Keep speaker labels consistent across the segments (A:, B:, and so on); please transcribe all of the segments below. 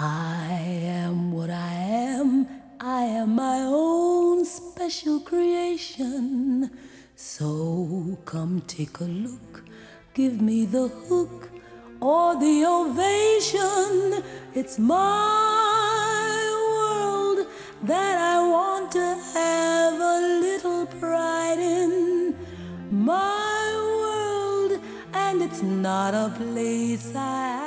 A: I am what I am. I am my own special creation. So come take a look. Give me the hook or the ovation. It's my world that I want to have a little pride in. My world, and it's not a place I have.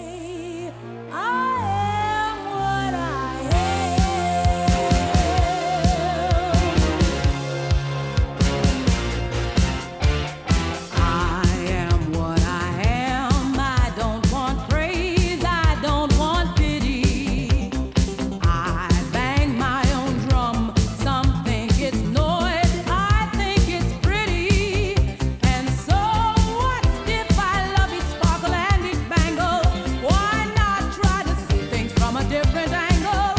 A: I am what I am. I don't want praise. I don't want pity. I bang my own drum. Some think it's noise. I think it's pretty. And so what if I love it sparkle and it bangle? Why not try to see things from a different angle?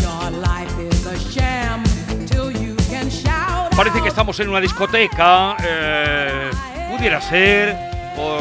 A: Your life is a sham till you can shout.
B: Parece que estamos en una discoteca, eh, pudiera ser, por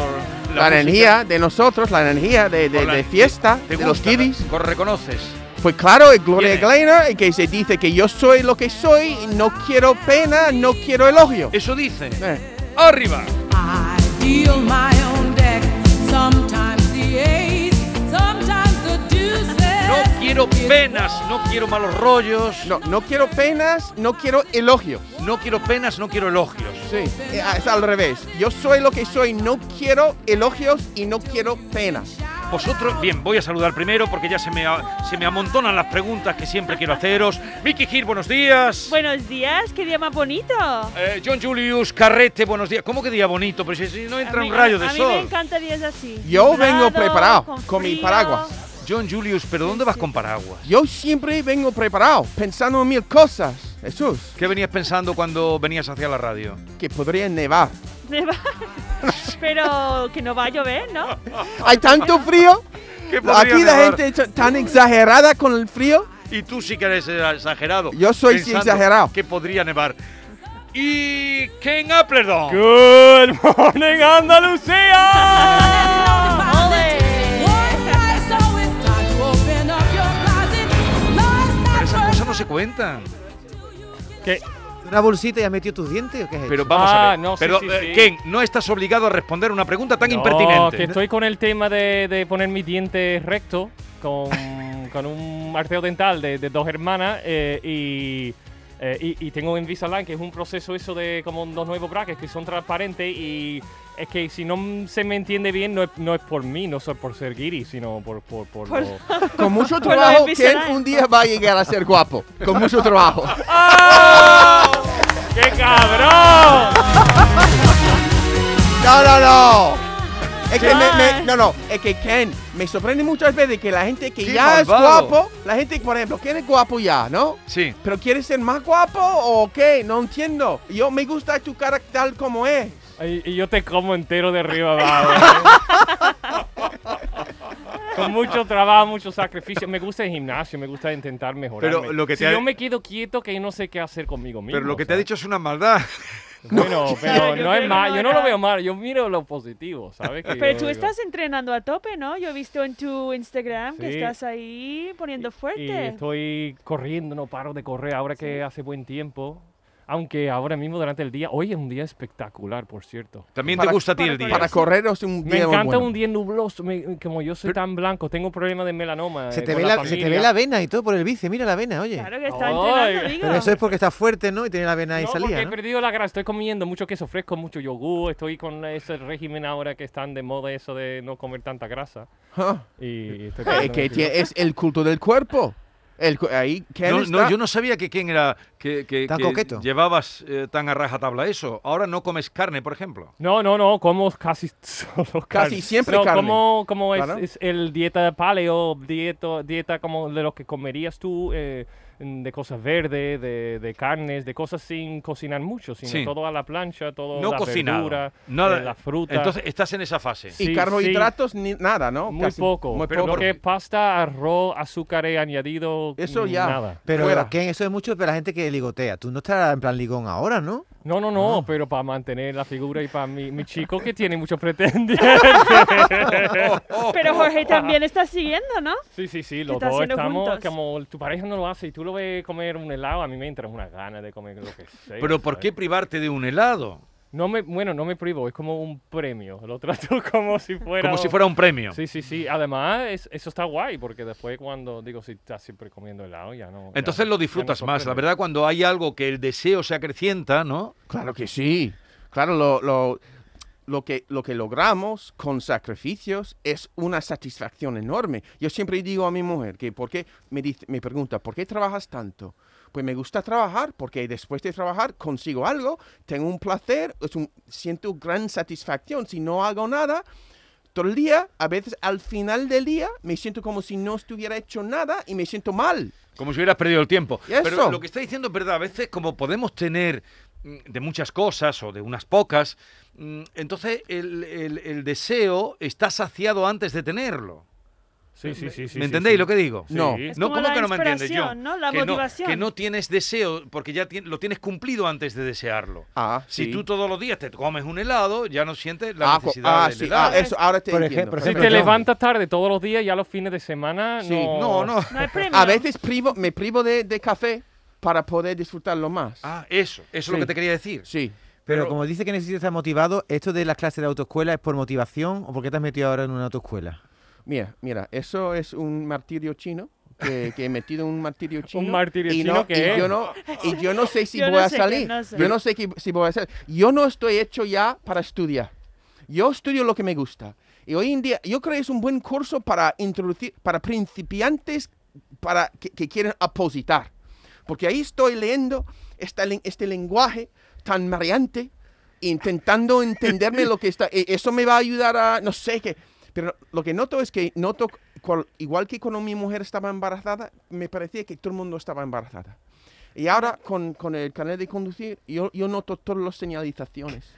C: La energía de nosotros, la energía de, de-
B: por la-
C: de fiesta,
B: ¿Te
C: de los
B: gusta?
C: kiddies.
B: Lo reconoces.
C: Pues claro, es Gloria
B: Viene.
C: Gaynor y que se dice que yo soy lo que soy, y no quiero pena, no quiero elogio.
B: Eso dice.
C: Eh,
B: ¡Arriba!
A: I deal my own deck. Sometimes the ace, sometimes the deuces.
B: No quiero penas, no quiero malos rollos,
C: no, no quiero penas, no quiero elogios.
B: no quiero penas, no quiero elogios.
C: Sí, eh, es al revés. Yo soy lo que soy, no quiero elogios y no quiero penas.
B: Vosotros, bien, voy a saludar primero porque ya se me, a- se me amontonan las preguntas que siempre quiero haceros. Vicky Gil, buenos días.
D: Buenos días, qué día más bonito.
B: Eh, John Julius Carrete, buenos días. ¿Cómo que día bonito? Pero si, si no entra
D: A mí-
B: un rayo de
D: a mí me
B: sol.
D: encanta días así.
C: Yo
D: Nublado,
C: vengo preparado con mi
D: frío.
C: paraguas.
B: John Julius, ¿pero dónde vas con paraguas?
C: Yo siempre vengo preparado, pensando en mil cosas. Jesús,
B: ¿Qué venías pensando cuando venías hacia la radio?
C: que podría nevar.
D: Me va- Pero que no va a llover, ¿no?
C: Hay tanto frío.
B: ¿Qué podría
C: Aquí la
B: nevar?
C: gente es tan exagerada con el frío.
B: Y tú sí que eres exagerado.
C: Yo soy sí
B: pensando
C: exagerado.
B: Que podría nevar. Y Ken Appledon.
E: Good morning, Andalucía.
A: One night's always time to open up your closet. Last
B: Pero
A: night
B: esas
A: was
B: cosas no se cuentan.
E: ¿Qué?
F: ¿Una bolsita y has metido tus dientes o qué es
B: Pero vamos a
E: Ah,
B: ver.
E: no, sí,
B: Pero,
E: sí,
B: eh,
E: sí.
B: Ken, no estás obligado a responder una pregunta tan
E: No,
B: impertinente.
E: que estoy con el tema de, de poner mis dientes recto con, con un arteo dental de, de dos hermanas eh, y, eh, y, y tengo un Invisalign, que es un proceso eso de como dos nuevos brackets que son transparentes y es que si no se me entiende bien no es, no es por mí, no soy por ser guiri, sino por... por, por
D: Por-
E: lo-
C: Con mucho
D: Bueno,
C: trabajo,
D: es
C: Ken
D: visceral.
C: un día va a llegar a ser guapo. Con mucho trabajo.
E: ¡Ah! ¡Qué cabrón!
C: No, no, no. Es que me- me- no, no, es que Ken, me sorprende muchas veces que la gente que
B: Qué
C: ya
B: malvado.
C: es guapo, la gente, por ejemplo, que es guapo ya, ¿no?
B: Sí.
C: ¿Pero quieres ser más guapo o qué? No entiendo. Yo me gusta tu cara tal como es.
E: Y, y yo te como entero de arriba abajo. eh. Con mucho trabajo, mucho sacrificio. Me gusta el gimnasio, me gusta intentar mejorar.
B: Pero lo que te
E: si
B: ha-
E: yo me quedo quieto, que no sé qué hacer conmigo mismo.
B: Pero lo que te ha
E: ¿sabes?
B: dicho es una maldad.
E: Bueno, pero
D: Yo
E: no es
D: creo
E: mal.
D: que
E: Yo no lo
D: ahora-
E: veo mal. Yo miro lo positivo, ¿sabes? Que
D: Pero
E: yo
D: tú
E: digo-
D: estás entrenando a tope, ¿no? Yo he visto en tu Instagram que
E: Sí.
D: estás ahí poniendo
E: Y
D: fuerte.
E: estoy corriendo, no paro de correr ahora que hace buen tiempo. Aunque ahora mismo durante el día, hoy es un día espectacular, por cierto.
B: También te
C: Para-
B: gusta a ti el día.
D: para-
C: Para correr es un
E: Me
C: día muy
E: encanta
C: bueno.
E: un día nubloso, me- como yo soy tan blanco, tengo problemas de melanoma.
F: Se
E: eh,
F: te,
E: con
F: ve
E: la
F: la, se te ve
E: familia.
F: la vena y todo por el bici, mira la vena, oye.
D: Claro que está
E: Ay.
D: entrenando, amigo.
F: Pero eso es porque está fuerte, ¿no? Y tiene la vena ahí
E: No, porque
F: salida,
E: he
F: ¿no?
E: perdido la grasa, estoy comiendo mucho queso fresco, mucho yogur, estoy con ese régimen ahora que están de moda eso de no comer tanta grasa.
C: Ah.
E: Y estoy
C: Eh,
E: comiendo
C: que
E: mucho.
C: tiene- es el culto del cuerpo. El, cu- ahí Ken
B: No,
C: está-
B: no, yo no sabía que Ken era. que, que-
F: Tan
B: que
F: coqueto.
B: llevabas eh, tan a rajatabla eso. Ahora no comes carne, por ejemplo.
E: No, no, no, como casi solo carne.
C: Casi siempre
E: No,
C: carne.
E: Como, como es,
C: Claro.
E: es el dieta paleo, dieta, dieta como de lo que comerías tú, eh, de cosas verdes, de, de carnes, de cosas sin cocinar mucho, sino
B: Sí.
E: todo a la plancha, todo
B: No
E: la
B: cocinado.
E: verdura,
B: Nada.
E: eh, la fruta.
B: Entonces estás en esa fase.
C: y
E: sí,
C: carbohidratos ni nada, ¿no?
E: Muy
C: Casi-
E: poco.
C: muy
E: pero
C: poco.
E: lo que es pasta, arroz, azúcar y añadido.
C: Eso
E: mm,
C: ya.
E: Nada.
F: Pero
C: Fuera.
F: Ken, eso es mucho para la gente que ligotea. Tú no estás en plan ligón ahora, ¿no?
E: No, no, no,
C: Ah.
E: pero para mantener la figura y para mi, mi chico que tiene muchos pretendientes.
D: Pero Jorge también está siguiendo, ¿no?
E: Sí, sí, sí, los
D: está
E: dos
D: haciendo
E: estamos
D: juntos?
E: como tu pareja no lo hace y tú lo ves comer un helado, a mí me entran unas ganas de comer lo que sea.
B: Pero ¿por
E: ¿sabes?
B: qué privarte de un helado?
E: No me, bueno, no me privo, es como un premio, lo trato como si fuera...
B: Como si fuera un premio.
E: Sí, sí, sí, además es- eso está guay porque después cuando digo si estás siempre comiendo helado ya no... ya-
B: Entonces lo
E: ya no
B: disfrutas más. La
E: sorprende.
B: verdad, cuando hay algo que el deseo se acrecienta, ¿no?
C: Claro que sí. Claro, lo, lo, lo que, lo que logramos con sacrificios es una satisfacción enorme. Yo siempre digo a mi mujer que por qué me, dice, me pregunta, ¿por qué trabajas tanto? Pues me gusta trabajar porque después de trabajar consigo algo, tengo un placer, es un- siento gran satisfacción. Si no hago nada, todo el día, a veces al final del día, me siento como si no estuviera hecho nada y me siento mal.
B: Como si hubieras perdido el tiempo.
C: ¿Y eso?
B: Pero lo que está diciendo es verdad. A veces, como podemos tener mm, de muchas cosas o de unas pocas, mm, entonces el, el- el deseo está saciado antes de tenerlo.
E: Sí, sí, sí, sí.
B: ¿Me
E: sí,
B: entendéis
E: sí.
B: lo que digo?
E: Sí.
C: No.
D: Es
B: No,
D: como
B: ¿cómo
D: la
B: que no me entiendes yo?
D: inspiración, ¿no? La
B: que
D: motivación.
B: que no tienes deseo porque ya tien- lo tienes cumplido antes de desearlo.
C: Ah,
B: Si
C: sí.
B: tú todos los días te comes un helado, ya no sientes la
C: Ah, co-
B: necesidad
C: ah,
B: del
C: sí,
B: helado.
C: ah, eso ahora te
F: Por
C: entiendo.
F: ejemplo,
E: Si
F: Pero
E: te
F: yo-
E: levantas tarde todos los días, ya los fines de semana
C: Sí,
E: no...
B: no, no.
D: No hay premio.
C: A veces privo, me privo de, de café para poder disfrutarlo más.
B: Ah, eso, eso es lo
C: Sí.
B: que te quería decir.
C: Sí.
F: Pero, como dice que necesitas estar motivado, ¿esto de las clases de autoescuela es por motivación o por qué te has metido ahora en una autoescuela?
C: Mira, mira, eso es un martirio chino. Que, que he metido un martirio chino.
E: martirio
C: y
E: chino
C: no,
E: que
C: y
E: es.
C: yo no Y yo no sé si
D: Yo no
C: voy a
D: sé qué,
C: salir.
D: no sé.
C: Yo no sé qué- si voy a salir. Yo no estoy hecho ya para estudiar. Yo estudio lo que me gusta. Y hoy en día, yo creo que es un buen curso para introducir, para principiantes para que, que quieren apositar. Porque ahí estoy leyendo esta len- este lenguaje tan mareante, intentando entenderme lo que está. e- Eso me va a ayudar a, no sé qué. Pero lo que noto es que noto, cual- igual que cuando mi mujer estaba embarazada, me parecía que todo el mundo estaba embarazada. Y ahora con, con el canal de conducir, yo, yo noto todas las señalizaciones.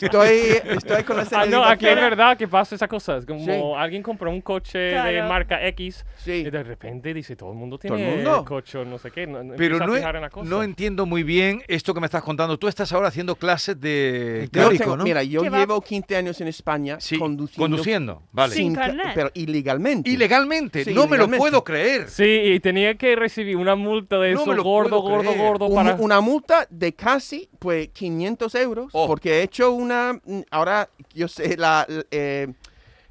C: estoy, estoy con las
E: Ah, no,
C: señalizaciones.
E: aquí es verdad que pasa esas cosas. Como
C: Sí.
E: alguien compró un coche de
D: Claro.
E: marca X
C: Sí.
E: y de repente dice todo el mundo
C: ¿Todo
E: tiene
C: el mundo?
E: coche o no sé qué. No, no
B: Pero
E: empieza a
B: no,
E: fijar en la
B: he-
E: cosa.
B: no entiendo muy bien esto que me estás contando. Tú estás ahora haciendo clases de...
F: El
C: Yo
F: Teórico,
C: tengo-
F: ¿no?
C: Mira, yo
D: Que va-
C: llevo 15 años en España
B: Sí,
C: conduciendo.
B: conduciendo, vale.
D: Sí. Sin
C: ca-
D: carnet.
C: Pero ilegalmente.
B: Ilegalmente,
C: Sí,
B: no me
C: ilegalmente.
B: lo puedo creer.
E: Sí, y tenía que recibir una multa de
B: No
E: eso
B: me lo puedo
E: gordo, gordo,
B: creer.
E: gordo
C: Un-
E: para...
C: Una multa de casi pues 500 euros
B: Oh.
C: porque he hecho una mm, ahora yo sé la l- eh,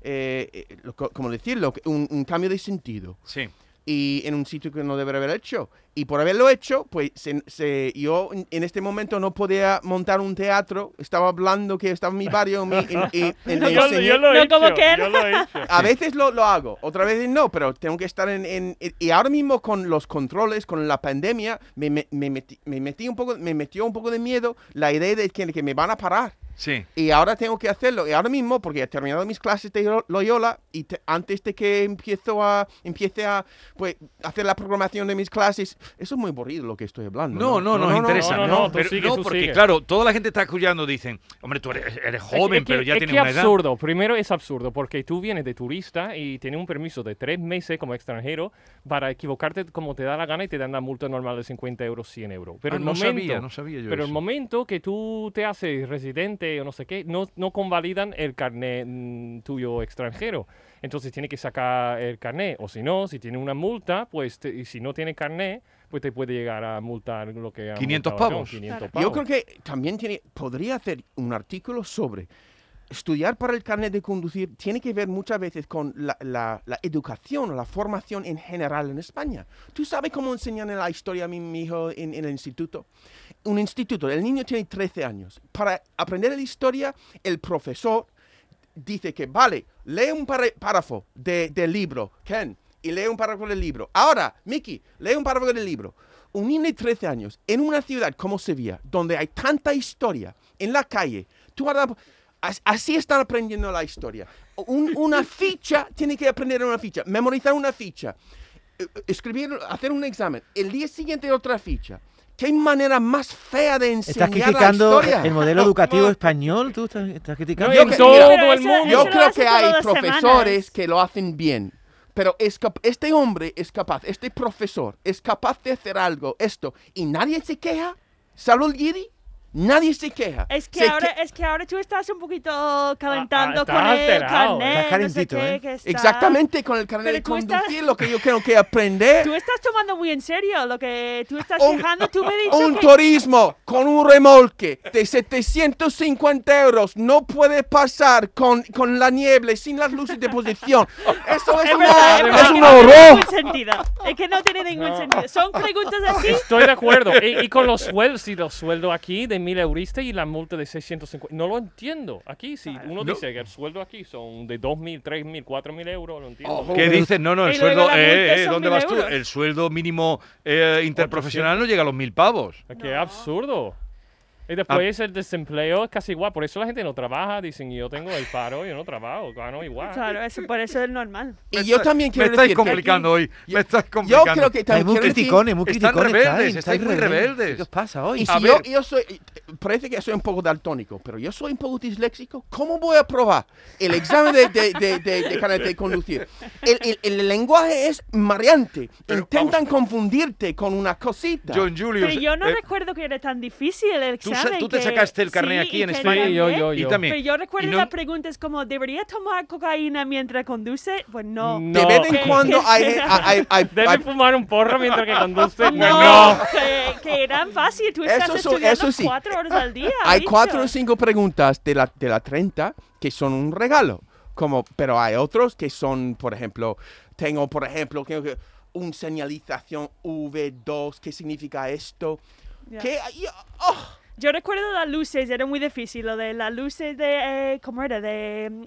C: eh, eh, lo- co- cómo decirlo un, un cambio de sentido
B: Sí.
C: y en un sitio que no debería haber hecho y por haberlo hecho pues se- se- yo en- en este momento no podía montar un teatro estaba hablando que estaba en mi barrio en mi- en- en- en-
E: Yo,
C: enseñé-
E: yo lo he
D: No, como
E: hecho,
D: que-
E: yo lo he hecho.
C: a veces lo, lo hago, otra veces no, pero tengo que estar en, en- en- Y ahora mismo con los controles, con la pandemia, me, me- me metí, me, metí un poco, me metió un poco de miedo la idea de que, que me van a parar.
B: Sí.
C: Y ahora tengo que hacerlo. Y ahora mismo, porque he terminado mis clases de Lo- Loyola, y te- antes de que empiezo a, empiece a pues, hacer la programación de mis clases, eso es muy aburrido lo que estoy hablando.
B: No, no, no,
E: no,
B: interesa.
E: no, no, no, tú
B: pero
E: sigue,
B: no,
E: tú
B: porque
E: sigue.
B: claro, toda la gente está escuchando, dicen, hombre, tú eres, eres
E: Es que-
B: joven,
E: es que-
B: pero ya
E: es
B: tienes
E: que
B: una edad.
E: absurdo. Primero es absurdo porque tú vienes de turista y tienes un permiso de tres meses como extranjero para equivocarte como te da la gana y te dan la multa normal de 50 euros, 100 euros. Pero
B: Ah,
E: el
B: no
E: momento,
B: sabía, no sabía yo
E: Pero el
B: eso.
E: momento que tú te haces residente o no sé qué, no, no convalidan el carnet mm, tuyo extranjero. Entonces tienes que sacar el carnet. O si no, si tienes una multa, pues te- y si no tienes carnet, pues te puede llegar a multar lo que... ha
B: 500
E: multado acá,
B: pavos.
E: 500
C: Yo
E: pavos.
C: creo que también tiene, podría hacer un artículo sobre estudiar para el carnet de conducir. Tiene que ver muchas veces con la, la- la educación o la formación en general en España. ¿Tú sabes cómo enseñan en la historia a mi, mi hijo en, en el instituto? Un instituto, el niño tiene 13 años. Para aprender la historia, el profesor dice que, vale, lee un para- párrafo de- del libro, Ken, y lee un párrafo del libro. Ahora, Mickey, lee un párrafo del libro. Un niño de 13 años, en una ciudad como Sevilla, donde hay tanta historia, en la calle, tú ahora- as- así están aprendiendo la historia. Un- una ficha, tiene que aprender una ficha, memorizar una ficha, eh, escribir, hacer un examen, el día siguiente otra ficha. ¿Qué manera más fea de enseñar
F: ¿Estás
C: la
F: criticando
C: historia?
F: el modelo educativo español? ¿Tú estás, estás
E: No,
F: criticando?
C: Yo
E: en
C: que-
E: todo
D: mira,
E: el
D: eso-
E: mundo.
D: eso
C: Yo
D: lo
C: creo
D: hace
C: que
D: todas
C: hay
D: las
C: profesores
D: semanas.
C: que lo hacen bien, pero es cap- este hombre es capaz, este profesor es capaz de hacer algo, esto, y nadie se queja, salvo el Giri. Nadie se queja.
D: Es que,
C: Se
D: ahora,
C: que-
D: es que ahora tú estás un poquito calentando
E: está
D: con el
E: alterado,
D: carnet,
F: está
D: no sé
F: calentito,
D: qué,
F: ¿eh?
D: que está-
C: Exactamente, con el carnet
D: Pero
C: de
D: tú
C: conducir,
D: estás-
C: lo que yo creo que aprender.
D: Tú estás tomando muy en serio lo que tú estás
C: Un-
D: quejando. Tú me has dicho
C: Un
D: que-
C: turismo con un remolque de 750 euros no puede pasar con, con la niebla y sin las luces de posición. Eso es,
D: Es
C: una-
D: verdad, es verdad,
C: es
D: que
C: un
D: no tiene
C: horror.
D: ningún sentido. Es que no tiene ningún
E: No.
D: sentido. Son preguntas así.
E: Estoy de acuerdo. y, y con los sueldos, si los sueldos aquí de 1000 euristas y la multa de 650. No lo entiendo. Aquí, si uno dice que el sueldo aquí son de 2000, 3000, 4000 euros, lo entiendo.
C: Ojo.
B: ¿Qué
C: Joder.
B: dices? No, no, el
D: Y luego
B: sueldo.
D: la multa
B: eh, eh,
D: son
B: ¿Dónde
D: mil
B: vas tú?
D: euros.
B: El sueldo mínimo eh, interprofesional no llega a los mil pavos.
E: Ah, Qué absurdo. Y después el desempleo es casi igual. Por eso la gente no trabaja. Dicen, yo tengo el paro, yo no trabajo, gano igual.
D: Claro, eso, por eso es normal.
C: Y yo también
B: Me
C: quiero
B: estáis
C: decir que-
B: complicando hoy. Me estáis
C: Yo
B: complicando.
C: creo que
F: Estáis
C: también
F: muy
C: quiero decir-
F: criticones, muy
B: Están
F: criticones.
B: rebeldes,
F: estáis,
B: estáis muy rebeldes.
F: ¿Qué os pasa hoy?
C: Y
B: A
C: si yo,
B: ver.
C: yo soy, parece que soy un poco daltónico, pero yo soy un poco disléxico, ¿cómo voy a probar el examen de, de, de, de- de carnet de conducir? El, el- el lenguaje es mareante,
B: Pero
C: intentan confundirte con una cosita.
B: John Julius.
D: Pero yo no
B: eh,
D: recuerdo que era tan difícil el
B: tú sa-
D: examen.
B: tú te
D: que-
B: sacaste el carnet
D: sí,
B: aquí
D: y
B: en
D: que
B: España.
D: era
E: Sí, yo-
D: bien.
E: yo-
B: y
E: yo.
B: también.
D: Pero yo recuerdo
B: Y no-
D: las preguntas como, ¿debería tomar cocaína mientras conduce? Pues no.
E: No.
C: de vez en
D: que-
C: cuando
D: que-
C: hay, hay- hay-
E: Debe
C: hay-
E: fumar un porro mientras que conduce.
D: Pues No, que, que eran fácil. Tú estás
C: Eso es un-
D: estudiando
C: eso sí.
D: cuatro horas al día.
C: hay
D: bicho.
C: cuatro o cinco preguntas de la, de la 30 que son un regalo, como, pero hay otros que son, por ejemplo, tengo, por ejemplo, creo que un señalización V2, ¿qué significa esto?
D: Ya.
C: Que, y- oh.
D: Yo recuerdo las luces, era muy difícil. Lo de las luces de. eh, ¿Cómo era? De mm,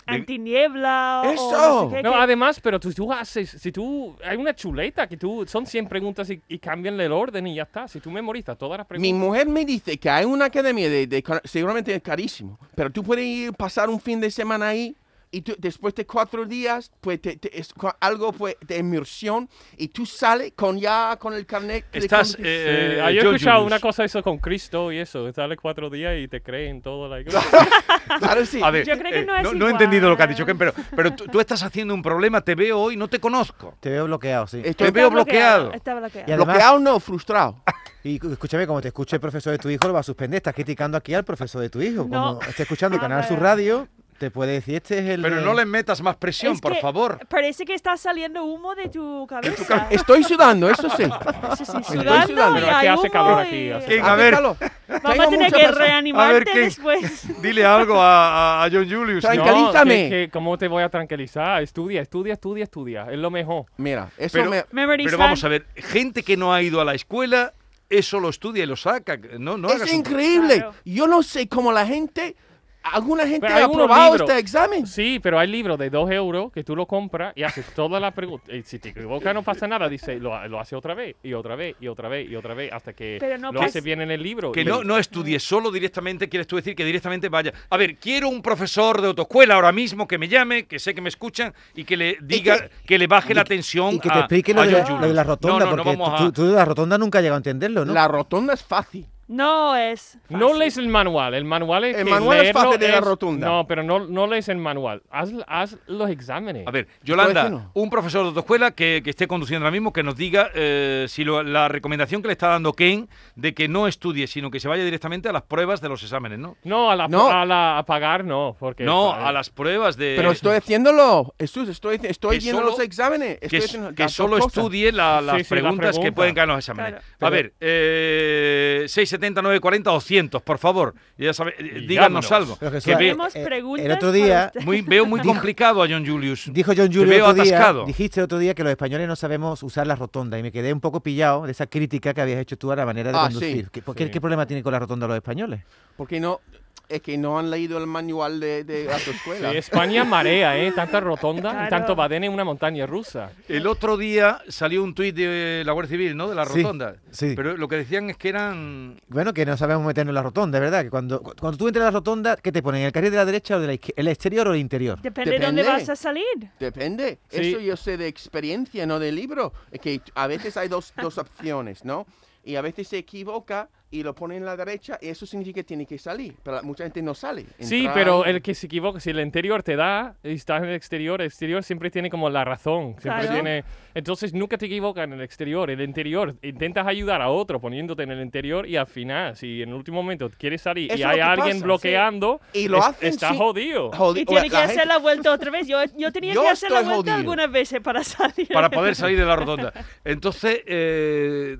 D: antiniebla. o- O
C: ¡Eso!
D: no sé qué,
E: No,
D: que-
E: además, pero tú, tú haces, si tú, hay una chuleta que tú, son 100 preguntas y, y cambian el orden y ya está. Si tú memorizas todas las
C: Mi
E: preguntas.
C: mujer me dice que hay una academia de, de car- seguramente es carísimo, pero tú puedes ir pasar un fin de semana ahí y tú- después de cuatro días, pues te- te- es co- algo pues, de inmersión y tú sales con ya con el carnet. de
B: Estás,
C: conducir.
E: Sí,
B: eh,
E: ah, yo he
B: John
E: escuchado
B: Julius.
E: una cosa eso con Cristo y eso, sale cuatro días y te creen todo. like-
C: Claro, sí.
B: A ver,
D: Yo creo que
B: eh,
D: no es
B: he
D: igual.
B: entendido lo que has dicho, Ken, pero, pero tú, tú estás haciendo un problema, te veo hoy, no te conozco.
F: Te veo bloqueado, sí.
C: Estoy
B: Te
D: Está
B: veo bloqueado.
D: Está bloqueado.
F: Y además-
C: bloqueado no, frustrado.
F: Y cu- escúchame, como te escuche el profesor de tu hijo, lo va a suspender. Estás criticando aquí al profesor de tu hijo.
D: No.
F: Como está escuchando
D: Ah,
F: Canal Sur
D: vale.
F: Radio, te puede decir, este es el...
B: Pero
F: de-
B: no le metas más presión,
D: Es
B: por
D: que
B: favor.
D: Parece que está saliendo humo de tu cabeza.
C: Estoy sudando, eso sí.
D: Sí, sí,
C: Estoy
D: sudando
C: sudando.
D: y
E: Pero
D: hay
E: aquí hace
D: humo
E: calor
D: y-
E: aquí, hace
B: Ken, a ver,
C: Acéptalo.
D: Vamos a
C: Tengo
D: tener
C: mucha
D: que
C: presión.
D: reanimarte
B: A ver, Ken.
D: después.
B: dile algo a, a- a John Julius.
C: Tranqui-
E: No,
C: Tranquilízame.
E: que- que ¿Cómo te voy a tranquilizar? Estudia, estudia, estudia, estudia. Es lo mejor.
C: Mira, eso
B: Pero-
C: me...
D: Memory
B: Pero
D: Bank.
B: vamos a ver, gente que no ha ido a la escuela, eso lo estudia y lo saca. No, no hagas
C: Es
B: un-
C: increíble.
D: Claro.
C: Yo no sé cómo la gente, alguna gente
E: Pero
C: ha
E: algunos
C: aprobado
E: libros-
C: este examen.
E: Sí, pero hay libros de 2 euros que tú lo compras y haces todas las preguntas. Y eh, si te equivocas no pasa nada, dice, lo, lo hace otra vez, y otra vez, y otra vez, y otra vez, hasta que
D: Pero no
E: lo
D: pas-
E: hace bien en el libro.
B: Que
E: y-
B: no, no estudie solo directamente, quieres tú decir que directamente vaya. A ver, quiero un profesor de autoescuela ahora mismo que me llame, que sé que me escuchan y que le diga, que, le baje la tensión.
F: Y que te
B: a-
F: explique
B: a
F: lo de,
B: John
F: la,
B: Julius.
F: lo de la
B: No,
F: rotonda,
B: no, no
F: porque
B: vamos
F: tú,
B: a-
F: tú de la rotonda nunca has llegado a entenderlo, ¿no?
C: La rotonda es fácil.
B: Eh,
D: No es.
E: No
D: fácil.
E: lees el manual, el manual es
C: El
E: que
C: manual es
E: leerlo
C: fácil de la rotunda.
E: No, pero no, no lees el manual, haz, haz los exámenes.
B: A ver,
C: Puede que
B: Yolanda,
C: no.
B: un profesor de autoescuela que, que esté conduciendo ahora mismo, que nos diga eh, si lo- la recomendación que le está dando Ken de que no estudie, sino que se vaya directamente a las pruebas de los exámenes, ¿no?
E: No, a, la,
C: No.
E: A, la- a pagar no, porque...
B: No,
E: eh,
B: a las pruebas de...
C: Pero estoy haciéndolo, Jesús, estoy, estoy
B: Que
C: viendo
B: solo-
C: los exámenes.
B: que,
C: Estoy
B: s-
C: haciendo
B: que
C: las dos
B: solo
C: cosas.
B: estudie la-
E: Sí,
B: las
E: sí, las
B: preguntas que
E: preguntas.
B: pueden caer en los exámenes.
D: Claro.
B: A ver, eh, 670, 940, 200, por favor. Ya sabe, eh,
E: Y
B: díganos
E: vámonos.
B: algo.
F: Pero Jesús,
B: Que ve-
D: Tenemos
F: eh,
D: preguntas
F: el otro
D: para
F: día
D: usted.
B: muy, veo muy complicado a John Julius.
F: dijo John
B: Te
F: Julio el
B: veo
F: otro día,
B: atascado.
F: dijiste el otro día que los españoles no sabemos usar la rotonda y me quedé un poco pillado de esa crítica que habías hecho tú a la manera de
C: Ah, sí.
F: conducir. ¿Qué, por qué-
E: Sí.
F: qué problema tienen con la rotonda los españoles?
C: Porque no, es que no han leído el manual de, de la
E: sí,
C: autoescuela.
E: España marea, ¿eh? Tanta rotonda y
D: Claro.
E: tanto Baden en una montaña rusa.
B: El otro día salió un tuit de la Guardia Civil, ¿no? De la
F: Sí,
B: rotonda.
F: sí.
B: Pero lo que decían es que eran...
F: Bueno, que no sabemos meternos en la rotonda, es verdad. Que cuando, cu- cuando tú entras en la rotonda, ¿qué te ponen? ¿El carril de la derecha o de la izquierda? ¿El exterior o el interior?
D: Depende de dónde
C: Depende.
D: vas a salir.
C: Depende.
E: Sí.
C: Eso yo sé de experiencia, no de libro. Es que a veces hay dos, dos opciones, ¿no? Y a veces se equivoca y lo pone en la derecha, y eso significa que tiene que salir. Pero mucha gente no sale.
E: Sí,
C: Entrar-
E: pero el que se equivoca, si el interior te da y estás en el exterior, el exterior siempre tiene como la razón. Siempre
D: Claro.
E: tiene... Entonces nunca te equivocas en el exterior. El interior, intentas ayudar a otro poniéndote en el interior y al final, si en el último momento quieres salir
C: Eso
E: y
C: es
E: hay
C: lo que
E: alguien
C: pasa,
E: bloqueando,
C: sí. Y lo
E: es-
C: hacen
E: está
C: sin-
E: jodido.
C: Jodi-
D: Y tiene
C: la
D: que hacer
C: gente-
D: la vuelta otra vez. Yo, yo tenía
C: Yo
D: que hacer la
C: estoy
D: vuelta
C: jodido.
D: algunas veces para salir.
B: para poder salir de la rotonda. Entonces, eh,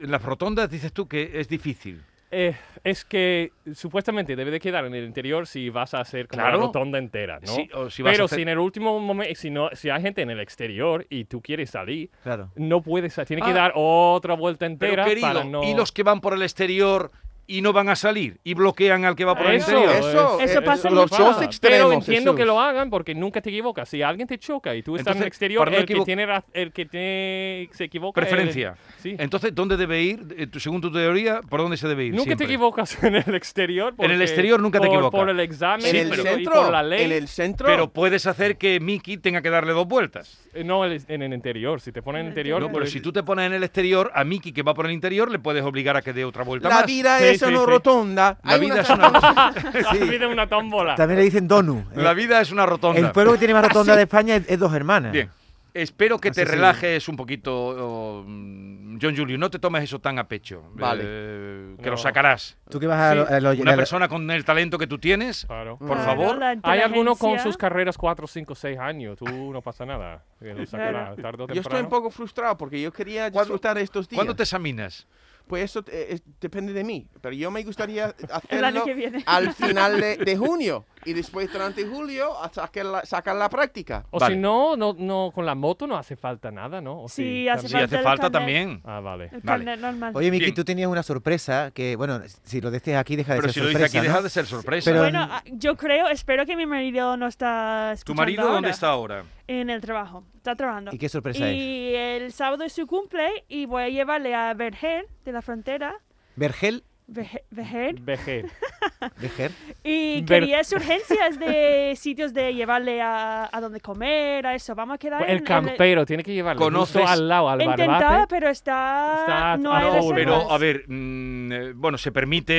B: en las rotondas dices tú que es difícil.
E: Eh, es que supuestamente debe de quedar en el interior si vas a hacer como
B: Claro.
E: la rotonda entera, ¿no?
B: Sí, o si vas a
E: Pero
B: hacer-
E: si en el último momento, si, no, si hay gente en el exterior y tú quieres salir,
F: Claro.
E: no puedes salir. Tiene
B: Ah.
E: que dar otra vuelta
B: Pero
E: entera para
B: querido,
E: no...
B: ¿y los que van por el exterior y no van a salir y bloquean al que va por el
E: Ah, Eso,
B: interior?
C: Eso,
D: Eso
C: eh,
D: pasa
C: los
D: mucho.
C: dos
E: Pero
C: extremos.
E: entiendo que
C: Jesús.
E: lo hagan porque nunca te equivocas. Si alguien te choca y tú estás en
B: Entonces,
E: el exterior,
B: para no
E: el que,
B: equivo-
E: tiene, raz- el que tiene- se equivoca... el-
B: Preferencia.
E: sí.
B: Entonces, ¿dónde debe ir? Eh, tú- Según tu teoría, ¿por dónde se debe ir?
E: Nunca te
B: siempre?
E: equivocas en el exterior.
B: En el
E: porque-
B: exterior nunca te
E: por-
B: equivocas.
E: Por el examen
C: En el
E: pero- y
C: centro.
E: por la ley.
C: En el centro.
B: Pero puedes hacer que Mickey tenga que darle dos vueltas.
E: Eh, No, el- en el interior. Si te ponen en el interior.
B: No, pero
E: pues-
B: si tú te pones en el exterior, a Mickey que va por el interior le puedes obligar a que dé otra vuelta
C: la
B: más.
C: vida
E: Sí,
C: es
E: sí,
C: una
E: sí.
C: rotonda.
B: La
C: Hay
B: vida
C: una-
B: es una,
E: La vida es una tómbola.
F: También le dicen Donu. eh.
B: Ah. la vida es una rotonda. Ah,
F: El pueblo que tiene más rotonda de España es, es dos hermanas.
B: Bien. Espero que
F: Así
B: te
F: Ah, sí.
B: relajes un poquito, oh, mm, John Julio. No te tomes eso tan a pecho.
C: Vale.
B: Eh, que lo
E: No.
B: sacarás.
F: Tú que vas a, lo- a lo-
B: Una
F: a lo-
B: persona con el talento que tú tienes.
E: Claro.
D: Ah,
C: Mm.
B: Por favor.
E: Hay algunos con sus carreras 4, 5, 6 años. Tú no pasa nada. Eh, Lo sacará
D: Claro.
E: tarde o
C: Yo estoy un
E: temprano.
C: poco frustrado porque yo quería
B: ¿Cuándo-
C: disfrutar estos días.
B: ¿Cuándo te examinas?
C: Pues eso eh, es- depende de mí. Pero yo me gustaría
D: El año
C: hacerlo
D: que viene.
F: ah,
C: al final de, de junio y después durante julio a sacar la, sacar la práctica.
E: O
B: Vale.
E: si no, no, no, con la moto no hace falta nada, ¿no? O
D: Sí, hace
B: Si
E: también.
B: hace
D: el
B: falta
D: carnet.
B: también.
E: Ah, vale.
D: El
B: Vale.
D: carnet normal.
F: Oye, Miki,
B: Bien.
F: tú tenías una sorpresa que, bueno, si lo dices aquí deja de
B: Pero
F: ser
B: si lo
F: sorpresa.
B: dice aquí,
F: ¿no?
B: deja de ser sorpresa.
F: Pero-
D: bueno, ah, yo creo, espero que mi marido no está
B: ¿Tu
D: escuchando
B: marido dónde
D: ahora.
B: está ahora?
D: En el trabajo. Está trabajando.
F: ¿Y qué sorpresa es?
D: Y el sábado es su cumple y voy a llevarle a Verger de la frontera.
F: Vergel,
D: Verge- Verger.
E: VG.
F: Verger.
D: Y
E: Ver-
D: quería sus urgencias de sitios de llevarle a, a donde comer, a eso. Vamos a quedar en
E: El campero tiene que llevarlo justo
B: ¿Conoces-
E: al lado, al
D: Intentada,
E: barbate.
D: pero está.
E: Está
D: no
E: a
D: hay reservas.
E: full. Seguro.
B: Pero, a ver, mm, eh, bueno, se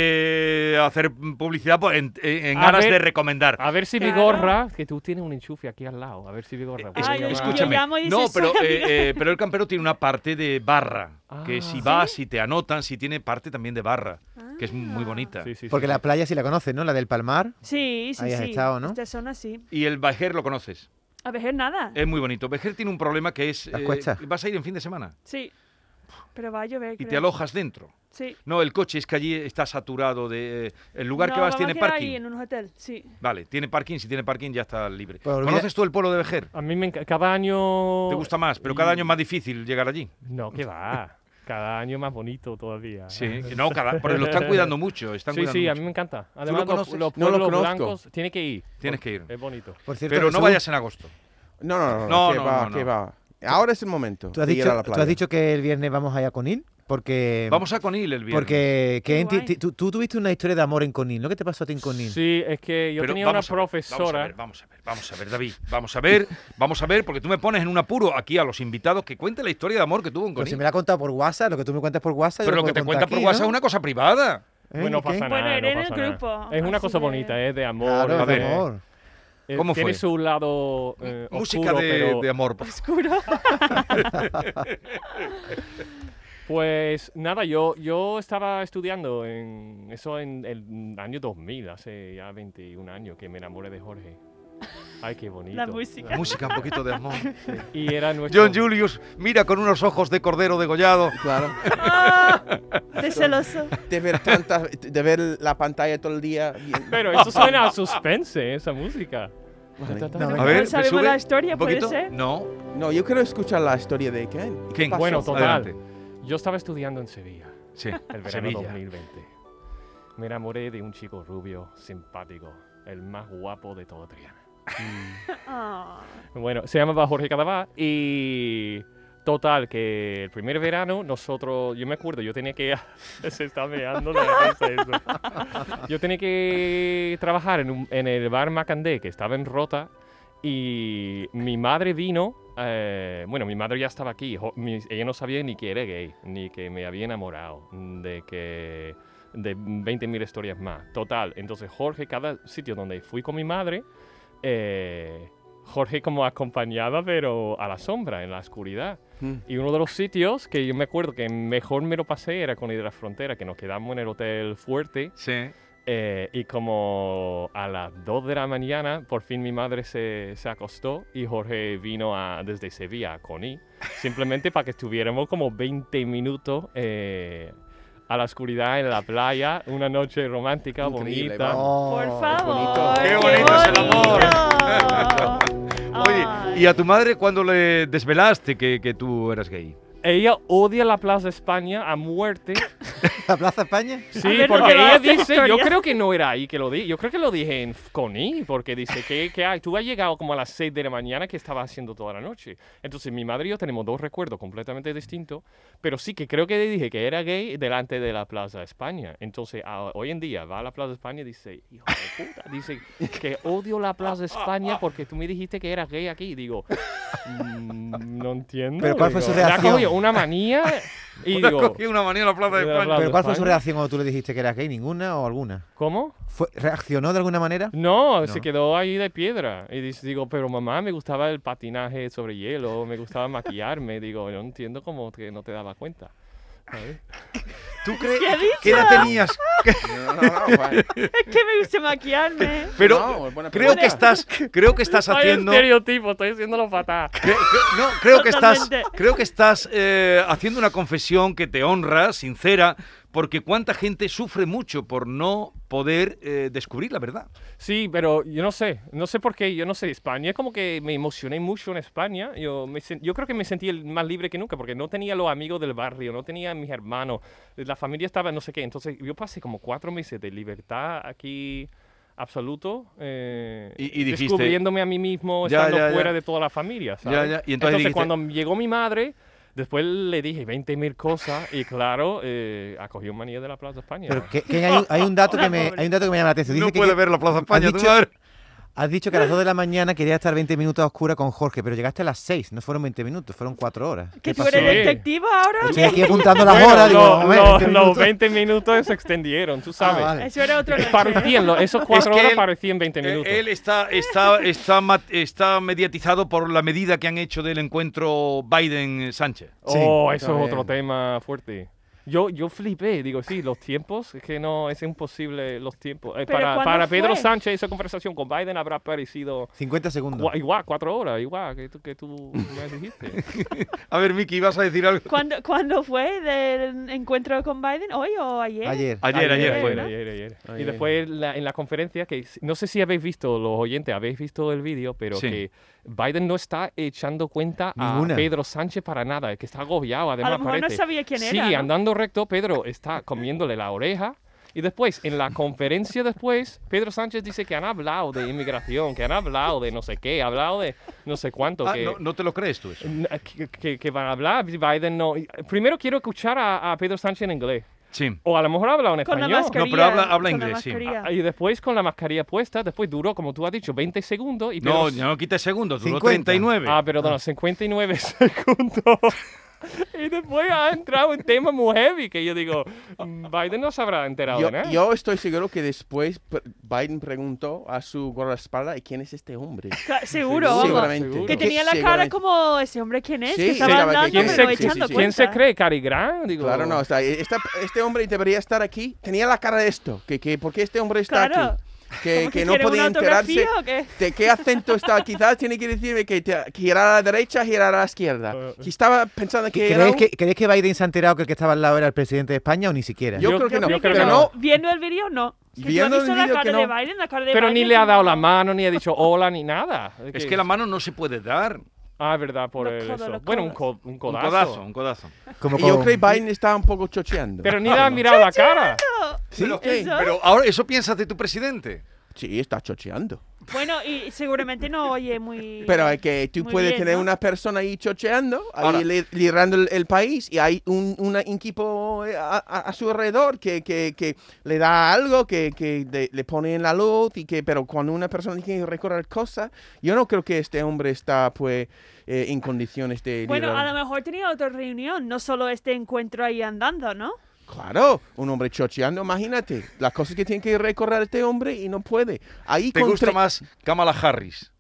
B: permite hacer publicidad pues, en, en
E: A
B: aras
E: ver. Ah,
B: de recomendar.
E: A ver si
D: Claro.
E: Vigorra, que tú tienes un enchufe aquí al lado. A ver si Vigorra.
B: Es-
E: puede
D: Ay, yo-
E: llamar.
B: Eh, escúchame,
D: yo llamo y dice,
B: no, pero,
D: "Soy
B: eh, eh, pero el campero tiene una parte de barra, que
E: Ah.
B: si vas y te anotan, si tiene parte también de barra, que es muy bonita.
E: Sí, sí, sí.
F: Porque la playa sí la conoces, ¿no? La del Palmar.
D: Sí, sí,
F: Ahí has
D: sí.
F: estado, ¿no?
D: Esta zona sí.
B: Y el Bajer lo conoces,
D: A Vejer nada.
B: es muy bonito. Bajer tiene un problema que es, eh,
F: Las cuestas.
B: vas a ir en fin de semana
D: Sí. Pero va a llover.
B: y te
D: creo.
B: alojas dentro.
D: Sí.
B: No, el coche es que allí está saturado de... eh, el lugar
D: No,
B: que vas
D: vamos a
B: tiene
D: quedar
B: parking.
D: Ahí en un hotel, sí.
B: Vale, tiene parking, si tiene parking ya está libre.
F: Pues olvida-
B: ¿Conoces tú el pueblo de Vejer?
E: A mí me enca- cada año.
B: Te gusta más, pero cada año es más difícil llegar allí.
E: No, que va. Cada año más bonito todavía.
B: Sí, que no, cada, porque lo están cuidando mucho. Están
E: Ah, sí,
B: cuidando
E: sí, a
B: mucho.
E: mí me encanta.
B: lo
E: Además, los,
B: conoces?
E: los
C: No lo
E: pueblos
C: conozco.
E: blancos tiene que ir.
B: Tienes que ir.
E: Es bonito.
F: Por cierto,
B: Pero no
F: Jesús,
B: vayas en agosto.
C: No, no, no.
B: No,
C: que
B: no,
C: va,
B: no,
C: que
B: no.
C: va. Ahora es el momento.
F: ¿Tú has,
C: de ir a
F: dicho,
C: la
F: tú
C: playa.
F: has dicho que el viernes vamos allá a Conil, porque...
B: Vamos a Conil el viernes.
F: Eh, Porque que
D: Qué
F: en ti-
D: guay.
F: ti- tú, tú tuviste una historia de amor en Conil, ¿no? ¿Qué te pasó a ti en Conil?
E: Sí, es que yo
B: Pero
E: tenía una
B: vamos a ver,
E: profesora.
B: vamos a ver, vamos a ver, vamos a ver, David. Vamos a ver, vamos a ver, porque tú me pones en un apuro aquí a los invitados que cuente la historia de amor que tuvo en
F: Pero Pues si
B: Conil.
F: me la ha contado por WhatsApp, lo que tú me cuentas por WhatsApp... yo
B: Pero lo que
F: puedo
B: te
F: contar
B: cuenta por
F: aquí,
B: WhatsApp
F: ¿no?
B: es una cosa privada.
F: ¿Eh?
E: Bueno,
F: ¿Y
E: no
F: qué?
E: pasa
D: Bueno,
E: nada. no
D: era en el
E: pasa nada.
D: grupo,
E: Es una
D: así
E: cosa
D: que-
E: bonita, es de amor.
F: Claro,
B: a
F: es de
B: ver.
F: amor.
E: eh,
B: ¿Cómo
E: tiene
B: fue?
E: su lado eh,
B: Música
E: oscuro,
B: de,
E: pero-
B: de amor. por favor.
D: Oscuro.
E: Pues nada, yo, yo estaba estudiando en eso en el año 2000, hace ya 21 años que me enamoré de Jorge. Ay, qué bonito.
D: la música.
B: Música, un poquito de amor.
E: Y era nuestro...
B: John Julius mira con unos ojos de cordero degollado.
C: Claro.
D: Ah, de celoso.
C: De ver, tantas- de ver la pantalla todo el día. bien-
E: Pero eso suena a suspense, esa música.
C: Vale.
E: Ta, ta, ta,
F: No,
E: ta.
F: no,
B: A ver,
D: No
B: ¿me
D: sabemos
B: sube
D: la historia,
B: un
D: ¿puede
B: poquito?
D: ser?
B: No.
C: No, yo quiero escuchar la historia de Ken. ¿Qué
B: ¿Quién?
C: pasó?
E: Bueno, total.
B: Adelante.
E: Yo estaba estudiando en Sevilla,
B: Sí,
E: el verano
B: Sevilla.
E: 2020. Me enamoré de un chico rubio, simpático, el más guapo de todo Triana.
D: Ah,
E: Bueno, se llamaba Jorge Cadavá y total que el primer verano nosotros, yo me acuerdo, yo tenía que se está meando de la risa eso. Yo tenía que trabajar en, un- en el bar Macandé que estaba en Rota Y mi madre vino, eh, bueno, mi madre ya estaba aquí, jo- mi- ella no sabía ni que era gay, ni que me había enamorado, de que de 20.000 historias más. Total, entonces Jorge, cada sitio donde fui con mi madre, eh, Jorge como acompañaba, pero a la sombra, en la oscuridad.
C: Mm.
E: Y uno de los sitios que yo me acuerdo que mejor me lo pasé era con Hidra Frontera, que nos quedamos en el Hotel Fuerte.
B: Sí.
E: Eh, y como a las 2 de la mañana, por fin mi madre se, se acostó y Jorge vino a- desde Sevilla a Coni, simplemente para que estuviéramos como 20 minutos eh, a la oscuridad en la playa, una noche romántica,
C: Increíble,
E: bonita.
C: vamos.
D: Por
F: Oh.
D: favor.
C: Qué
B: bonito es el amor.
D: amor.
B: Oye, ¿y a tu madre cuando le desvelaste que, que tú eras gay?
E: Ella odia la Plaza España a muerte.
F: ¿La Plaza España?
D: A
E: Sí,
D: ver,
E: porque
D: no,
E: ella
D: esta
E: dice, yo
D: historia.
E: creo que no era ahí que lo dije, yo creo que lo dije en Coni, porque dice que, que ay, tú has llegado como a las 6 de la mañana que estaba haciendo toda la noche. Entonces mi madre y yo tenemos dos recuerdos completamente distintos, pero sí que creo que dije que era gay delante de la Plaza España. Entonces a- hoy en día va a la Plaza España y dice, hijo de puta, dice que odio la Plaza España porque tú me dijiste que eras gay aquí. Y digo, "Mm, no entiendo.
F: Pero ¿cuál fue
E: digo,
F: su
E: "Le ha
F: reacción?
E: cogido una manía y
B: Una
E: digo,
B: cogí una manía en la Plaza de
E: de la
B: España.
E: Plaza.
F: ¿Pero cuál fue su
E: España.
F: reacción cuando tú le dijiste que eras gay? ¿Ninguna o alguna?
E: ¿cómo?
F: ¿Fue- ¿Reaccionó de alguna manera?
E: No,
F: No.
E: se quedó ahí de piedra. Y dice- digo, pero mamá, me gustaba el patinaje sobre hielo, me gustaba maquillarme. Digo, yo no entiendo cómo que no te daba cuenta. ¿sabes?
B: ¿Tú crees
D: ¿Qué ha dicho?
B: que edad tenías?
C: No, no, no, guay.
D: Es que me gusta maquillarme.
B: Pero
C: No, buena
B: creo
C: pregunta.
B: que estás creo que estás
E: Soy
B: haciendo
E: estereotipo, estoy haciéndolo fatal.
B: Cre- cre- no, creo que estás,
D: Totalmente.
B: creo que estás eh, haciendo una confesión que te honra, sincera, porque cuánta gente sufre mucho por no poder eh, descubrir la verdad.
E: Sí, pero yo no sé, no sé por qué, yo no sé, España, como que me emocioné mucho en España, yo, me sen- yo creo que me sentí el más libre que nunca, porque no tenía los amigos del barrio, no tenía mis hermanos, la familia estaba no sé qué, entonces yo pasé como cuatro meses de libertad aquí absoluto, eh,
B: Y- y dijiste-
E: descubriéndome a mí mismo,
B: Ya,
E: estando
B: ya, ya.
E: fuera de toda la familia,
B: Ya,
E: ¿sabes?
B: ya, y entonces dijiste-
E: cuando llegó mi madre... Después le dije 20.000 cosas y claro, eh, acogió manía de la Plaza España.
F: Pero que, que hay, un, hay un dato que me, hay un dato que me llama la atención.
B: no
F: Dice que-
B: puede ver la Plaza España.
F: has
B: tú,
F: dicho-
B: madre.
F: Has dicho que a las 2 de la mañana querías estar 20 minutos a oscura con Jorge, pero llegaste a las 6, no fueron 20 minutos, fueron 4 horas.
D: ¿Que tú
E: pasó?
D: eres
E: Sí.
D: detective ahora?
F: Estoy aquí apuntando las
E: Bueno,
F: horas, digo,
E: lo-
F: hombre,
E: lo-
F: 20
E: los
F: minutos.
E: 20 minutos se extendieron, tú
F: Ah,
E: sabes.
F: vale.
D: Eso era otro.
E: Parecían, lo- esos cuatro
B: que
E: horas
B: él-
E: parecían 20
B: Eh,
E: minutos.
B: Él está, está, está, ma- está mediatizado por la medida que han hecho del encuentro Biden-Sánchez.
F: Sí,
E: oh, eso es
C: está
E: otro
C: bien.
E: tema fuerte. Yo, yo flipé, digo, sí, los tiempos, es que no, es imposible los tiempos. Eh,
D: ¿Pero
E: para
D: cuándo
E: para Pedro
D: fue?
E: Sánchez, esa conversación con Biden habrá parecido
F: 50 segundos.
E: gua- igual, cuatro horas, igual que tú, que tú me dijiste.
B: A ver, Miki, ¿vas a decir algo?
D: ¿Cuándo, ¿Cuándo fue del encuentro con Biden? ¿Hoy o ayer?
F: Ayer.
B: Ayer, ayer,
D: ayer,
B: fue.
D: ¿no?
E: ayer, ayer. Y
C: Ayer.
E: después la- en la conferencia, que s- no sé si habéis visto, los oyentes, habéis visto el vídeo, pero
B: Sí.
E: que Biden no está echando cuenta
F: Ninguna.
E: a Pedro Sánchez para nada, es que está agobiado, además
D: A lo mejor no
E: parece.
D: sabía quién
E: Sigue
D: era. ¿no?
E: andando recto, Pedro está comiéndole la oreja. Y después, en la conferencia después, Pedro Sánchez dice que han hablado de inmigración, que han hablado de no sé qué, ha hablado de no sé cuánto.
B: Ah,
E: que...
B: no, no te lo crees tú eso.
E: n- que- que- que van a hablar, Biden no. Primero quiero escuchar a, a Pedro Sánchez en inglés.
B: Sí.
E: O a lo mejor ha hablado en
D: Con la
E: español.
D: mascarilla.
B: No, pero habla- habla
D: con la
B: inglés, sí.
D: mascarilla.
E: Ah, Y después con la mascarilla puesta, después duró, como tú has dicho, 20 segundos. Y
B: No,
E: Pedro-
B: no quites segundos, duró
F: 50.
B: 39.
E: Ah, perdón, 59 segundos. y después ha entrado un tema muy heavy que yo digo, mm, Biden no se habrá enterado
C: Yo,
E: de
B: ¿eh?
E: nada.
C: yo estoy seguro que después p- Biden preguntó a su guardaespalda, ¿y quién es este hombre?
D: Ca- Seguro, vamos.
C: seguramente.
E: Seguro.
D: Que
E: Porque
D: tenía la cara
C: seguramente-
D: como ese hombre quién es,
C: Sí,
D: que
C: sí,
D: estaba
C: sí,
D: andando
C: ¿quién
D: pero
C: se- sí, sí,
D: echando
C: sí.
E: ¿Quién se
D: cuenta.
E: cree? ¿Cary Grant? Digo,
C: Claro, no, o sea, esta- este hombre debería estar aquí. Tenía la cara de esto. Que, que, ¿Por qué este hombre está
D: Claro.
C: aquí? Que,
D: ¿Cómo
C: que
D: que
C: no
D: quiere
C: podía
D: una
C: enterarse
D: autografía o qué?
C: de qué acento está. Quizás tiene que decirme que te- que girar a la derecha, girar a la izquierda. Que estaba pensando que era
F: ¿Crees
C: un-
F: que, crees que Biden se ha enterado que el que estaba al lado era el presidente de España o ni siquiera?
C: Yo,
E: Yo-
C: creo que
E: yo
C: no.
E: creo que
C: pero
E: no.
C: no.
D: Viendo el vídeo, no. Que tú
C: Viendo
D: has
C: el
D: visto la
C: vídeo
D: cara
C: que
D: de
C: no.
D: Biden, la cara de
E: Pero
D: Biden
E: ni le ha
D: como-
E: dado la mano, ni ha dicho hola, ni nada.
B: Es que la mano no se puede dar.
E: Ah, verdad, por
D: Los
E: el
D: codos,
E: eso.
D: los
E: Bueno, un,
D: codos.
E: co- un
B: Un
E: codazo.
B: codazo, un codazo.
F: Como
C: Y yo
F: con-
C: creo que Biden estaba un poco chocheando.
E: Pero ni le ha mirado la cara.
D: No.
C: sí,
B: Pero-
D: Eso.
B: Pero ahora, ¿eso piensas de tu presidente?
C: sí, está chocheando.
D: Bueno, y seguramente no oye muy.
C: Pero es que tú
D: Muy
C: puedes
D: bien,
C: tener
D: ¿no?
C: una persona ahí chocheando, ahí
B: Ahora-
C: li- liderando el, el país, y hay un, un equipo eh, a, a- a su alrededor que, que- que le da algo, que, que le, le pone en la luz, y que, pero cuando una persona tiene que recordar cosas, yo no creo que este hombre está pues eh, en condiciones de...
D: Bueno,
C: liderar.
D: a lo mejor tenía otra reunión, no solo este encuentro ahí andando, ¿no?
C: Claro, un hombre chocheando, imagínate, las cosas que tiene que recordar este hombre y no puede. Ahí
B: ¿Te
C: con
B: gusta
C: tre-
B: más Kamala Harris?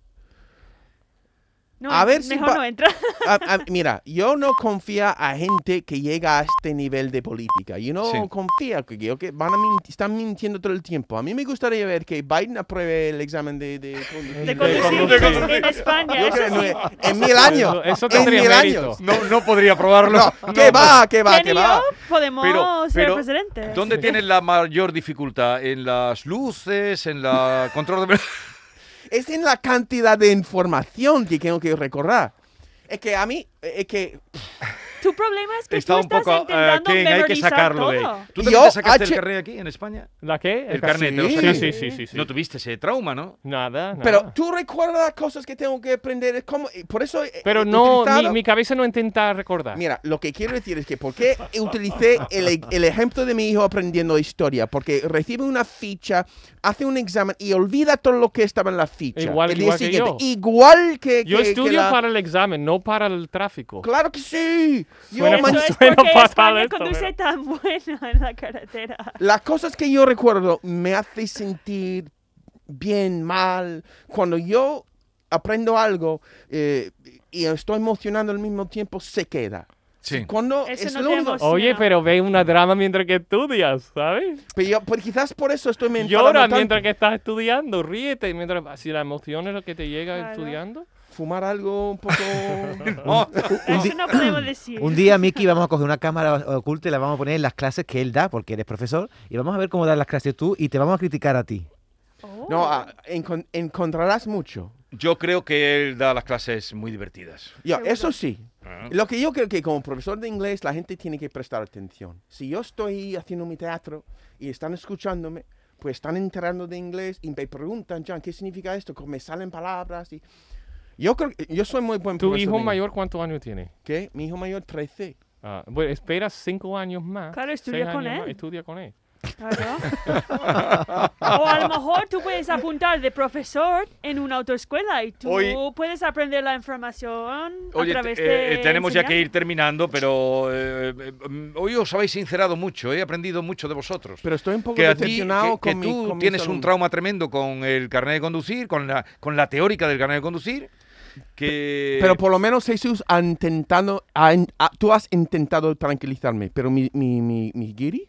D: no
C: A ver si
D: mejor
C: va-
D: no entra.
C: Ah, ah, mira, yo no confía a gente que llega a este nivel de política. Yo no
B: Sí.
C: confía que, yo que van a min- están mintiendo todo el tiempo. A mí me gustaría ver que Biden apruebe el examen de, de conducir.
D: De
E: conducir.
D: conducir en, en España.
C: Yo
D: eso
C: creo, no,
D: sí.
C: en, en mil años.
E: eso
C: en
E: tendría
C: mil
E: mérito.
C: años.
B: No, no podría probarlo.
C: No, que va, que va,
D: Ben
C: que
D: y
C: va.
D: yo podemos
B: Pero-
D: ser
B: pero,
D: presidentes.
B: ¿Dónde tienes la mayor dificultad? ¿En las luces? ¿En la control de...
C: Es en la cantidad de información que tengo que recordar. Es que a mí, es que
D: Tu problema es que
B: Está
D: tú
B: un
D: estás
B: poco... eh,
D: intentando
B: Ken, hay que
D: memorizar
B: sacarlo
D: todo.
B: de ahí. ¿Tú
C: Yo,
B: también te sacaste
C: H-
B: el carnet aquí, en España?
E: ¿La qué?
B: El carnet, te lo
C: sí.
E: Sí,
B: sacaste.
E: sí, sí, sí. sí.
B: No tuviste ese trauma, ¿no?
E: Nada, nada.
C: Pero tú recuerdas cosas que tengo que aprender. Es como, eh, por eso. he-
E: Pero
C: he
E: no, mi,
C: utilizado-
E: mi cabeza no intenta recordar.
C: Mira, lo que quiero decir es que ¿por qué utilicé el, e- el ejemplo de mi hijo aprendiendo historia? Porque recibe una ficha, hace un examen y olvida todo lo que estaba en la ficha.
E: Igual-
C: el día
E: igual que
C: siguiente.
E: yo.
C: Igual que.
E: Yo
C: que- que
E: estudio
C: la-
E: para el examen, no para el tráfico.
C: Claro que sí. Yo
E: Suena
C: man-
D: Eso es
E: Suena
D: porque
E: fatal
D: España
E: esto,
D: conduce
E: pero-
D: tan bueno en la carretera.
C: Las cosas que yo recuerdo me hace sentir bien, mal. Cuando yo aprendo algo eh, y estoy emocionando al mismo tiempo, se queda.
B: Sí.
C: Cuando
D: Eso
C: es
D: no
C: lo
D: te
C: único-
D: emociona.
E: Oye, pero ve una drama mientras que estudias, ¿sabes?
C: Pero yo- pues quizás por eso estoy me enfadando
E: Llora
C: tanto.
E: mientras que estás estudiando, ríete mientras si la emoción es lo que te llega
D: Claro.
E: estudiando.
C: fumar algo un poco.
B: Oh,
D: Eso no podemos decir.
F: Un día, Miki, vamos a coger una cámara oculta y la vamos a poner en las clases que él da, porque eres profesor, y vamos a ver cómo das las clases tú y te vamos a criticar a ti.
D: Oh.
C: no, ah, encon- encontrarás mucho.
B: yo creo que él da las clases muy divertidas.
C: Ya,
D: Seguro.
C: eso sí. Lo que yo creo que como profesor de inglés la gente tiene que prestar atención. Si yo estoy haciendo mi teatro y están escuchándome, pues están enterando de inglés y me preguntan, John, ¿qué significa esto? Como me salen palabras y... Yo creo que yo soy muy buen
E: ¿Tu
C: profesor. de
E: hijo
C: inglés.
E: mayor cuántos años tiene?
C: ¿Qué? Mi hijo mayor, 13.
E: Ah, bueno, esperas cinco años más.
D: Claro,
E: seis
D: estudia con
E: años más,
D: él.
E: estudia con él.
D: Claro. o a lo mejor tú puedes apuntar de profesor en una autoescuela y tú
B: Hoy-
D: puedes aprender la información
B: Oye,
D: a través
B: te-
D: de.
B: eh, tenemos ya que
D: enseñanza.
B: ir terminando, pero eh, eh, mm, hoy os habéis sincerado mucho, he aprendido mucho de vosotros.
C: Pero estoy un poco
B: que a ti,
C: decepcionado
B: que, que
C: con mi-
B: tú
C: con mis
B: tienes un
C: alumnos.
B: trauma tremendo con el carnet de conducir, con la, con la teórica del carnet de conducir, que...
C: Pero por lo menos Jesús ha intentado, ha in- ha- tú has intentado tranquilizarme, pero mi, mi, mi, mi guiris,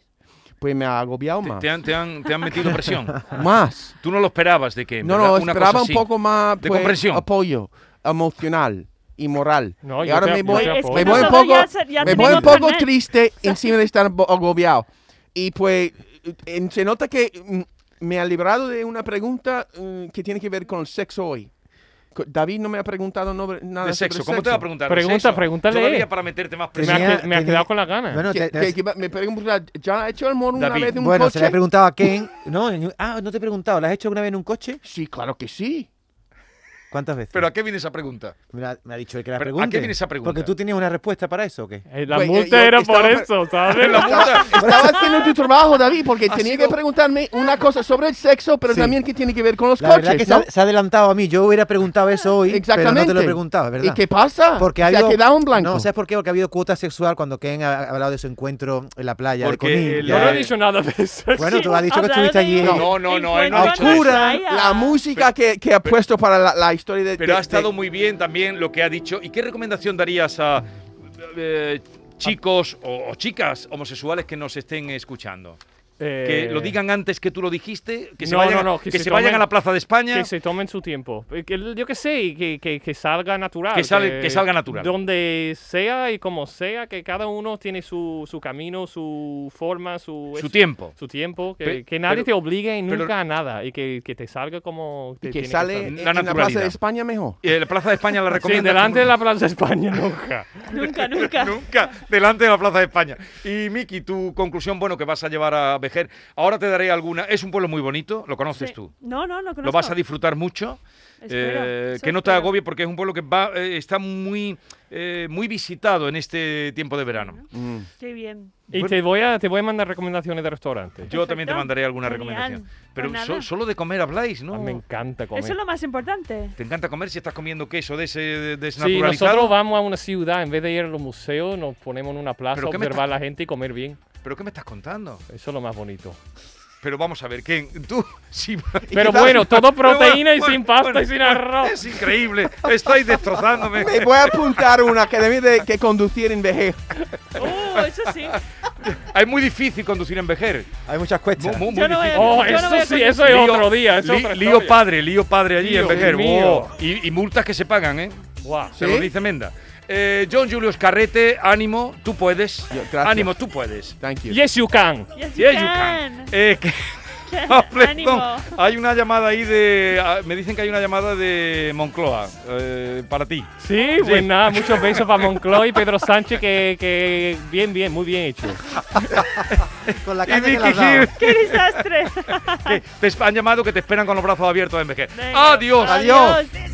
C: pues me ha agobiado
B: te,
C: más.
B: te han, te han- te han metido presión.
C: Más.
B: Tú no lo esperabas de que...
C: No,
B: ¿verdad?
C: no,
B: Una
C: esperaba
B: cosa
C: un
B: así.
C: poco más
B: De
C: pues,
B: comprensión.
C: apoyo emocional y moral.
E: No,
C: y
E: yo
C: ahora
E: te-
C: me
E: yo
C: voy,
E: te
D: Oye, es que
C: me voy un
D: nosotros
C: poco,
D: ya se- ya
C: me voy un
D: tenemos
C: poco
D: carnet.
C: triste encima de estar bo- agobiado. Y pues eh, se nota que mm, me ha librado de una pregunta mm, que tiene que ver con el sexo hoy. Co- David no me ha preguntado no- nada
B: De
C: sobre
B: sexo, ¿cómo te
C: sexo.
B: va a preguntar? de
E: Pregunta,
B: sexo?
E: pregúntale.
B: Todavía para meterte más
E: Me, ha,
B: presión.
F: Tenía-
E: que- me ha
F: tenía-
E: quedado con las ganas.
F: Bueno,
C: Que-
F: te-
C: que- que va- me pregunta, ¿ya ha hecho el mono una
B: David.
C: vez en un
F: bueno,
C: coche?
F: se le ha preguntado a Ken. No, en- ah, no te he preguntado, ¿la has hecho alguna vez en un coche?
C: Sí, claro que sí.
F: ¿Cuántas veces?
B: ¿Pero a qué viene esa pregunta?
F: me, ha, me ha dicho él que la
B: Pero, ¿a qué
F: pregunte.
B: viene esa pregunta?
F: Porque tú tenías una respuesta para eso, ¿o qué?
E: Eh, la
C: Pues, eh,
E: multa
C: yo
E: era
C: estaba
E: por
C: pre-
E: eso, ¿sabes?
B: La puta-
C: Estaba haciendo tu trabajo, David, porque
B: Ha
C: tenía
B: sido-
C: que preguntarme una cosa sobre el sexo, pero
F: Sí.
C: también que tiene que ver con los
F: La verdad
C: coches,
F: que se
C: ¿no?
F: ha- se, ha adelantado a mí. Yo hubiera preguntado eso hoy, pero no te lo he preguntado, es ¿verdad?
C: ¿Y qué pasa?
F: Porque ha
C: se ha
F: habido-
C: quedado en blanco.
F: No, ¿sabes por qué? Porque ha habido cuota sexual cuando Ken ha ha hablado de su encuentro en la playa
B: Porque
F: de Conil.
B: el-
E: Yo
F: Ya,
E: no he
B: eh,
E: dicho nada de eso.
F: Bueno, tú has dicho que
D: Hablado
F: estuviste
D: de-
F: allí.
B: No, no, no, él no ha
D: Encuentro
B: dicho
D: con
F: eso.
D: la playa.
C: la música que, que ha puesto para la, la historia de...
B: Pero
C: de-
B: ha estado
C: de-
B: muy bien también lo que ha dicho. ¿Y qué recomendación darías a eh, chicos o, o chicas homosexuales que nos estén escuchando? Que
E: Eh,
B: lo digan antes que tú lo dijiste, que se,
E: no,
B: vayan,
E: no, no,
B: que
E: que
B: se
E: se
B: vayan
E: tomen-
B: a la Plaza de España.
E: Que se tomen su tiempo. Eh, que- yo que sé, y que, que, que salga natural.
B: Que sale- que salga natural.
E: Donde sea y como sea, que cada uno tiene su, su camino, su forma, su...
B: Su
E: es-
B: tiempo.
E: Su tiempo. Que,
B: Pe-
E: que nadie
B: pero-
E: te obligue
B: pero-
E: nunca a nada. Y que, que te salga como... te
C: Que,
E: tiene
C: sale
E: salir.
C: en-
B: La
C: en la Plaza
B: naturalidad.
C: de España mejor.
B: Eh, la Plaza de España la
E: Sí,
B: recomiendo.
E: delante de la Plaza España, nunca.
D: Nunca, nunca.
B: Nunca, delante de la Plaza de España. Y Miki, tu conclusión, bueno, que vas a llevar a envejecer. Ahora te daré alguna. Es un pueblo muy bonito, lo conoces
D: Sí.
B: tú.
D: No, no, no conozco.
B: Lo vas a disfrutar mucho.
D: Espero,
B: eh,
D: eso
B: que no te
D: espero.
B: agobie porque es un pueblo que va, eh, está muy, eh, muy visitado en este tiempo de verano.
C: Mm.
D: Qué bien.
E: Y
B: Bueno.
E: te voy a te voy a mandar recomendaciones de restaurantes.
B: Yo también te
D: Perfecto.
B: mandaré alguna
D: Genial.
B: recomendación. Pero
D: Pues
B: so-
D: nada.
B: solo de comer habláis, ¿no?
E: Ah, me encanta
B: Pues
E: comer.
D: Eso es lo más importante.
B: Te encanta comer si estás comiendo queso de ese de-
E: Sí,
B: desnaturalizado.
E: nosotros vamos a una ciudad, en vez de ir a los museos, nos ponemos en una plaza a
B: ¿Pero qué me
E: observar a la gente y comer bien.
B: ¿Pero qué me estás contando?
E: Eso es lo más bonito.
B: Pero vamos a ver, ¿quién? Tú, sí.
E: Pero
C: quizás-
E: bueno, todo
B: Pero bueno,
E: proteína y
B: bueno,
E: sin pasta
B: bueno,
E: y sin
B: bueno,
E: arroz.
B: Es increíble. Estáis destrozándome.
C: Me voy a apuntar a una academia de que conducir en vejez.
D: Oh, eso sí.
B: Es muy difícil conducir en Vejer.
F: Hay muchas
B: Muy,
F: cuestas.
B: muy, muy
D: Yo no voy
B: difícil.
D: a-
E: Oh,
D: Yo no
E: eso
D: voy a
E: sí, eso es
B: Lío-
E: otro día. Eso
B: li-
E: es otra
B: lío
E: historia.
B: padre, lío padre allí
E: Lío,
B: en Vejer.
E: Dios mío.
B: Oh, y, y multas que se pagan, ¿eh?
E: Guau.
B: Se lo
C: ¿Sí?
B: dice Menda. Eh, John Julius Carrete, ánimo, tú puedes.
C: Yo- gracias.
B: ánimo, tú puedes.
C: Thank you.
E: Yes, you can.
D: Yes, you
B: Yes, you
D: can.
B: can. Eh, que-
D: Ánimo.
B: Perdón, Hay una llamada ahí de. ah, Me dicen que hay una llamada de Moncloa eh, para ti.
E: Sí, pues nada, muchos besos para Moncloa y Pedro Sánchez, que, que bien, bien, muy bien hecho.
F: Con la
B: Y
F: caña que
B: Vicky
F: le has dado.
B: Gil,
D: Qué desastre.
B: que te han llamado que te esperan con los brazos abiertos en vejez.
D: Venga.
B: Adiós.
F: Adiós.
D: Adiós.